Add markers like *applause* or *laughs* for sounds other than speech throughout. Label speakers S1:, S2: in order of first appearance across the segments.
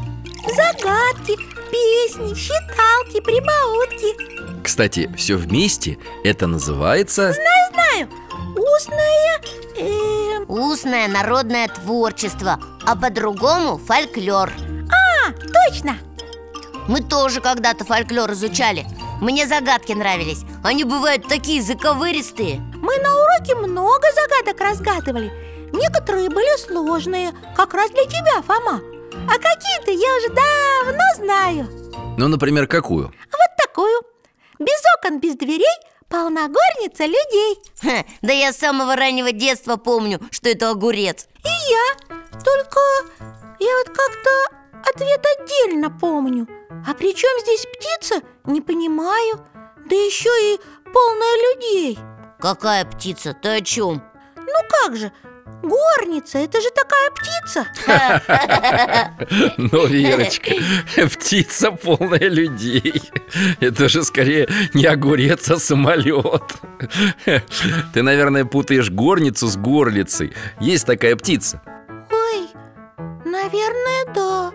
S1: Загадки, песни, считалки, прибаутки
S2: Кстати, все вместе это называется...
S1: Знаю, знаю Устное... эм,
S3: Устное народное творчество, а по-другому фольклор
S1: А, точно
S3: Мы тоже когда-то фольклор изучали Мне загадки нравились Они бывают такие заковыристые
S1: Мы на уроке много загадок разгадывали Некоторые были сложные, как раз для тебя, Фома А какие-то я уже давно знаю
S2: Ну, например, какую?
S1: Вот такую Без окон, без дверей полна горница людей
S3: Ха, Да я с самого раннего детства помню, что это огурец
S1: И я Только я вот как-то ответ отдельно помню А при чем здесь птица, не понимаю Да еще и полная людей
S3: Какая птица? Ты о чем?
S1: Ну как же, горница, это же такая птица
S2: *laughs* Ну, Верочка, птица полная людей Это же скорее не огурец, а самолет *laughs* Ты, наверное, путаешь горницу с горлицей Есть такая птица
S1: Ой, наверное, да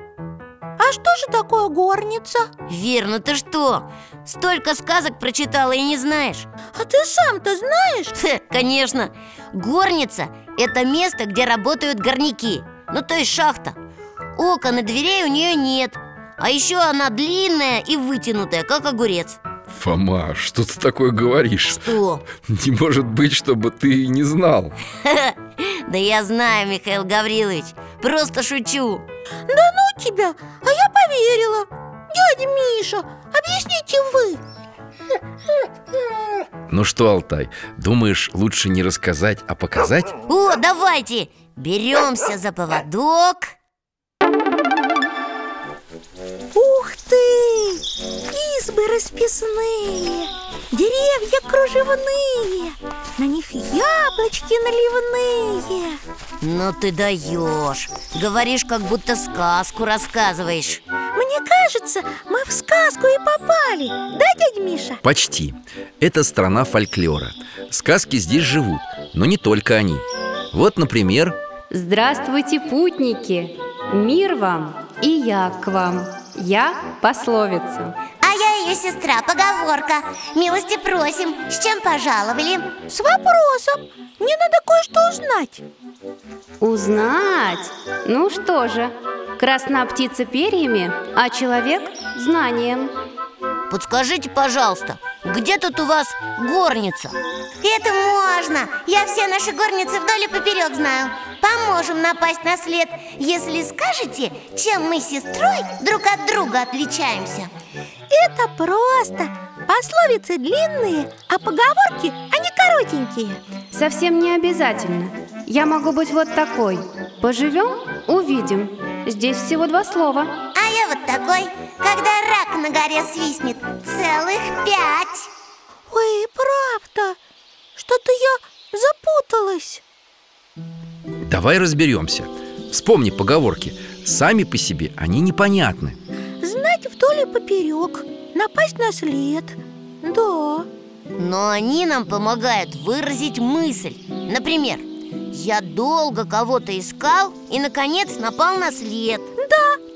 S1: А что же такое горница?
S3: Верно, ты что? Столько сказок прочитала и не знаешь
S1: А ты сам-то знаешь?
S3: Хе, Конечно, горница – это место, где работают горняки Ну, то есть шахта Окон и дверей у нее нет А еще она длинная и вытянутая, как огурец
S2: Фома, что ты такое говоришь?
S3: Что?
S2: Не может быть, чтобы ты не знал
S3: *laughs* Да я знаю, Михаил Гаврилович Просто шучу
S1: Да ну тебя, а я поверила Дядя Миша, объясните вы
S2: Ну что, Алтай, думаешь, лучше не рассказать, а показать?
S3: О, давайте! Беремся за поводок
S1: Ух ты! Избы расписные, деревья кружевные На них яблочки наливные
S3: Ну ты даешь Говоришь, как будто сказку рассказываешь
S1: Мне кажется, мы в сказку и попали Да, дядь Миша?
S2: Почти. Это страна фольклора. Сказки здесь живут, но не только они. Вот, например,
S4: Здравствуйте, путники! Мир вам и я к вам. Я пословица.
S5: А я ее сестра, поговорка Милости просим, с чем пожаловали?
S1: С вопросом, мне надо кое-что узнать
S4: Узнать? Ну что же, красна птица перьями, а человек знанием.
S3: Подскажите, пожалуйста, где тут у вас горница?
S5: Это можно, я все наши горницы вдоль и поперек знаю Поможем напасть на след, если скажете, чем мы с сестрой друг от друга отличаемся
S1: Это просто Пословицы длинные, а поговорки, они коротенькие
S4: Совсем не обязательно. Я могу быть вот такой. Поживем, Увидим. Здесь всего два слова.
S5: А я вот такой, когда рак на горе свистнет Целых пять
S1: Ой, правда, что-то я запуталась
S2: Давай разберемся. Вспомни поговорки. Сами по себе они непонятны.
S1: Знать вдоль и поперек, напасть на след Да,
S3: Но они нам помогают выразить мысль Например, я долго кого-то искал и, наконец, напал на след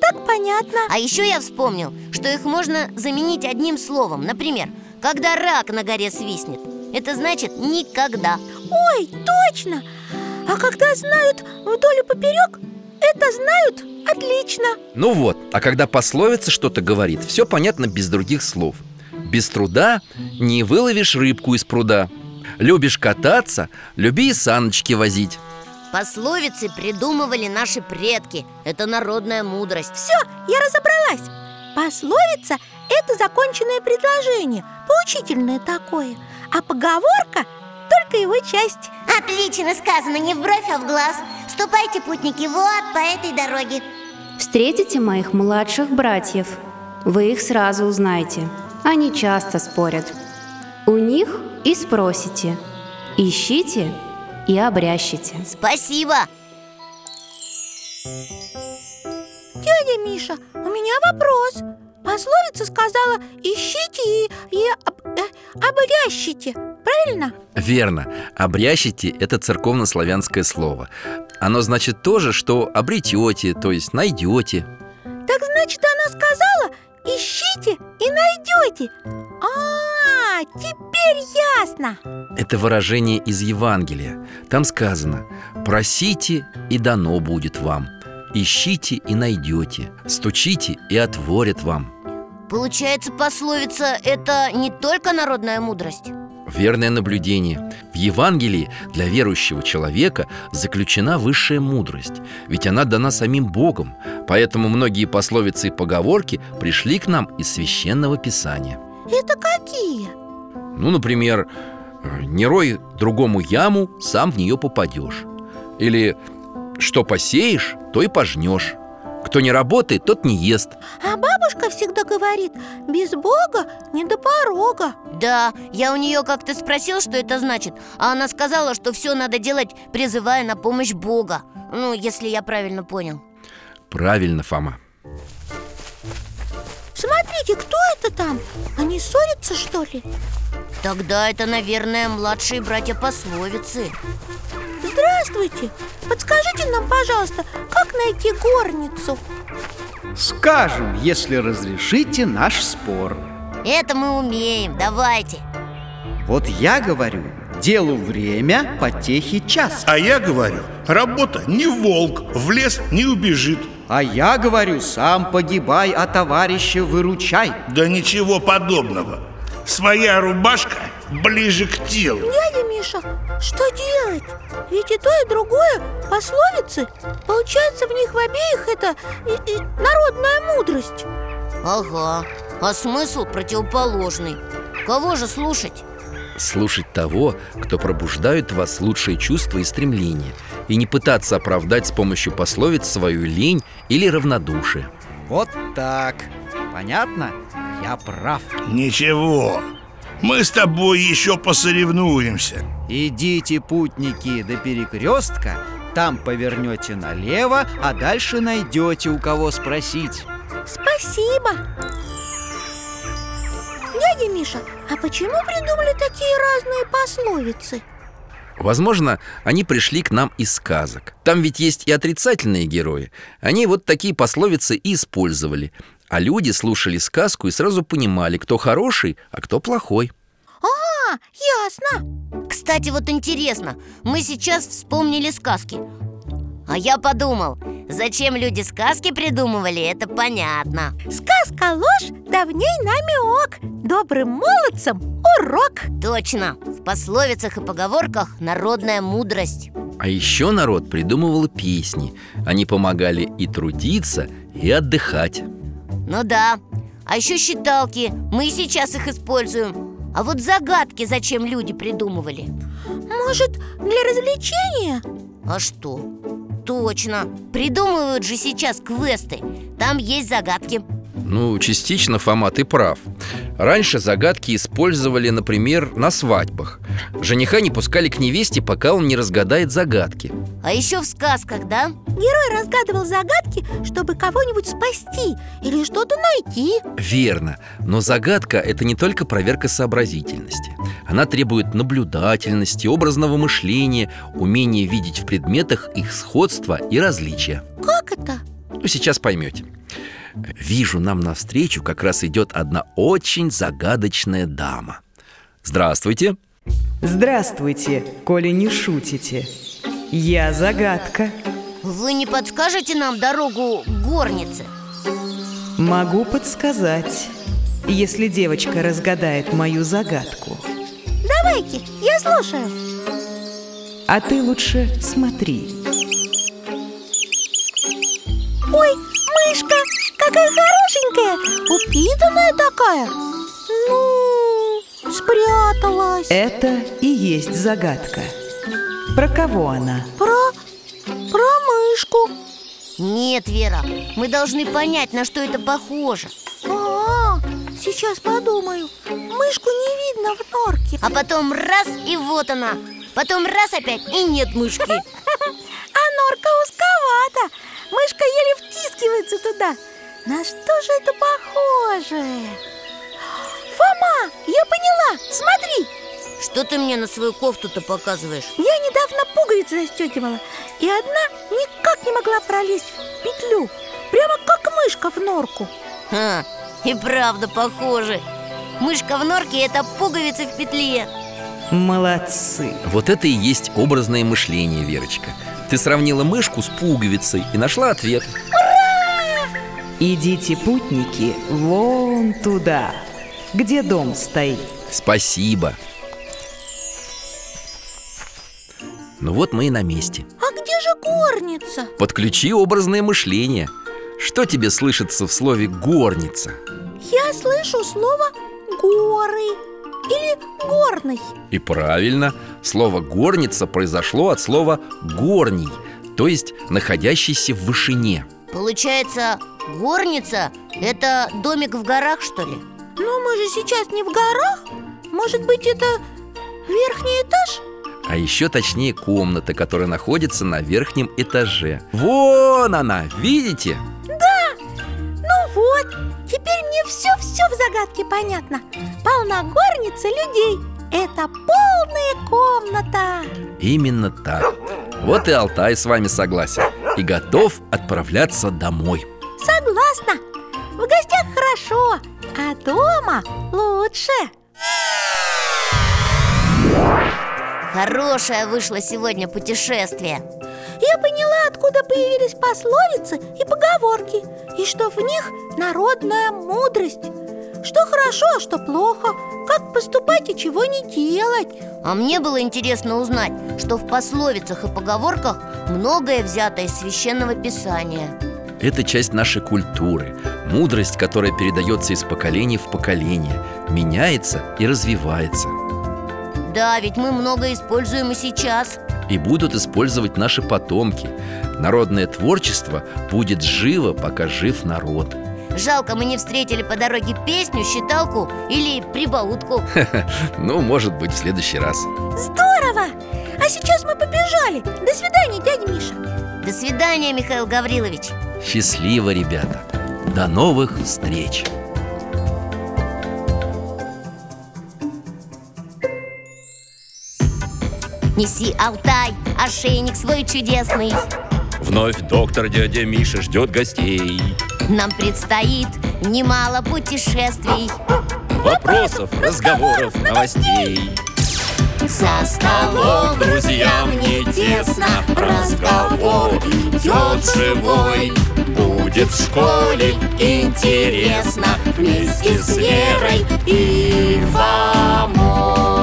S1: так понятно
S3: А еще я вспомнил, что их можно заменить одним словом Например, когда рак на горе свистнет Это значит «никогда»
S1: Ой, точно! А когда знают вдоль и поперек, это знают отлично
S2: Ну вот, а когда пословица что-то говорит, все понятно без других слов. Без труда не выловишь рыбку из пруда. Любишь кататься, люби и саночки возить.
S3: Пословицы придумывали наши предки Это народная мудрость
S1: Все, я разобралась Пословица – это законченное предложение Поучительное такое А поговорка – только его часть
S5: Отлично сказано, не в бровь, а в глаз Ступайте, путники, вот по этой дороге
S4: Встретите моих младших братьев. Вы их сразу узнаете. Они часто спорят. У них и спросите. Ищите и обрящите.
S3: Спасибо!
S1: Дядя Миша, у меня вопрос Пословица сказала «ищите и, и об- э, обрящите», правильно?
S2: Верно, обрящите – это церковно-славянское слово. Оно значит то же, что обретете, то есть найдете.
S1: Так значит, она сказала «Ищите и найдете» А, теперь ясно
S2: Это выражение из Евангелия. Там сказано «Просите, и дано будет вам». «Ищите и найдете, стучите и отворят вам».
S3: Получается, пословица – это не только народная мудрость
S2: Верное наблюдение. В Евангелии для верующего человека заключена высшая мудрость, ведь она дана самим Богом, поэтому многие пословицы и поговорки пришли к нам из священного писания.
S1: Это какие?
S2: Ну, например, э, «Не рой другому яму, сам в нее попадешь». Или «Что посеешь, то и пожнешь». «Кто не работает, тот не ест».
S1: А бабушка всегда говорит «Без Бога не до порога»
S3: Да, я у нее как-то спросил, что это значит А она сказала, что все надо делать, призывая на помощь Бога Ну, если я правильно понял
S2: Правильно, Фома.
S1: Смотрите, кто это там? Они ссорятся, что ли?
S3: Тогда это, наверное, младшие братья пословицы
S1: Здравствуйте! Подскажите нам, пожалуйста, как найти горницу?
S6: Скажем, если разрешите наш спор.
S3: Это мы умеем, давайте
S6: Вот я говорю, делу время, потехи час.
S7: А я говорю, работа не волк, в лес не убежит.
S6: А я говорю, сам погибай, а товарища выручай.
S7: Да ничего подобного. Своя рубашка ближе к телу.
S1: Дядя Миша, что делать? Ведь и то, и другое пословицы Получается, в них в обеих это и- и народная мудрость
S3: Ага, а смысл противоположный Кого же слушать?
S2: Слушать того, кто пробуждает в вас лучшие чувства и стремления, и не пытаться оправдать с помощью пословиц свою лень или равнодушие.
S6: Вот так. Понятно? Я прав.
S7: Ничего. Мы с тобой еще посоревнуемся.
S6: Идите, путники, до перекрестка, там повернете налево, а дальше найдете у кого спросить.
S1: Спасибо Дядя Миша, а почему придумали такие разные пословицы?
S2: Возможно, они пришли к нам из сказок. Там ведь есть и отрицательные герои. Они вот такие пословицы и использовали. А люди слушали сказку и сразу понимали, кто хороший, а кто плохой.
S1: А, ясно
S3: Кстати, вот интересно, мы сейчас вспомнили сказки А я подумал, зачем люди сказки придумывали, это понятно
S1: Сказка ложь давней намек Добрым молодцам урок
S3: Точно, в пословицах и поговорках народная мудрость
S2: А еще народ придумывал песни. Они помогали и трудиться, и отдыхать.
S3: Ну да, а еще считалки, мы и сейчас их используем А вот загадки зачем люди придумывали?
S1: Может, для развлечения?
S3: А что? Точно. Придумывают же сейчас квесты. Там есть загадки.
S2: Ну, частично, Фома, ты прав Раньше загадки использовали, например, на свадьбах Жениха не пускали к невесте, пока он не разгадает загадки
S3: А еще в сказках, да?
S1: Герой разгадывал загадки, чтобы кого-нибудь спасти или что-то найти
S2: Верно, но загадка – это не только проверка сообразительности Она требует наблюдательности, образного мышления, умения видеть в предметах их сходство и различия
S1: Как это?
S2: Ну, сейчас поймете Вижу, нам навстречу как раз идет одна очень загадочная дама Здравствуйте
S8: Здравствуйте, коли не шутите. Я загадка.
S3: Вы не подскажете нам дорогу к горнице?
S8: Могу подсказать, если девочка разгадает мою загадку.
S1: Давайте, я слушаю
S8: А ты лучше смотри.
S1: Ой, мышка, какая хорошенькая, упитанная такая Ну, спряталась
S8: Это и есть загадка. Про кого она?
S1: Про... про мышку
S3: Нет, Вера, мы должны понять, на что это похоже
S1: А, сейчас подумаю Мышку не видно в норке
S3: А потом раз и вот она Потом раз опять и нет мышки
S1: А норка узковата Мышка еле втискивается туда На что же это похоже? Фома, я поняла, смотри
S3: Что ты мне на свою кофту-то показываешь?
S1: Я недавно пуговицы застегивала И одна никак не могла пролезть в петлю Прямо как мышка в норку
S3: Ха, и правда похожи Мышка в норке – это пуговицы в петле
S8: Молодцы.
S2: Вот это и есть образное мышление, Верочка Ты сравнила мышку с пуговицей и нашла ответ
S8: Идите, путники, вон туда, где дом стоит.
S2: Спасибо Ну вот мы и на месте
S1: А где же горница?
S2: Подключи образное мышление Что тебе слышится в слове «горница»?
S1: Я слышу слово «горы» или «горный»
S2: И правильно, слово «горница» произошло от слова «горний», то есть находящийся в вышине.
S3: Получается, горница – это домик в горах, что ли?
S1: Но мы же сейчас не в горах Может быть, это верхний этаж?
S2: А еще точнее комната, которая находится на верхнем этаже. Вон она, видите?
S1: Ну вот, теперь мне все-все в загадке понятно Полна горница людей Это полная комната
S2: Именно так. Вот и Алтай с вами согласен и готов отправляться домой.
S1: Согласна В гостях хорошо, а дома лучше
S3: Хорошее вышло сегодня путешествие
S1: Я поняла, откуда появились пословицы и поговорки И что в них народная мудрость Что хорошо, а что плохо Как поступать и чего не делать
S3: А мне было интересно узнать, что в пословицах и поговорках многое взято из священного писания.
S2: Это часть нашей культуры, мудрость, которая передается из поколения в поколение, меняется и развивается.
S3: Да, ведь мы много используем и сейчас.
S2: и будут использовать наши потомки. Народное творчество будет живо, пока жив народ.
S3: Жалко, мы не встретили по дороге песню, считалку или прибаутку.
S2: Ну, может быть, в следующий раз.
S1: Здорово! А сейчас мы побежали До свидания, дядя Миша
S3: До свидания, Михаил Гаврилович.
S2: Счастливо, ребята. До новых встреч.
S3: Неси Алтай, ошейник свой чудесный.
S9: Вновь доктор дядя Миша ждет гостей.
S3: Нам предстоит немало путешествий.
S9: Вопросов, разговоров, новостей.
S3: За
S9: Алло, друзья, мне тесно, разговор идет живой. Будет в школе интересно вместе с Верой и Фомой.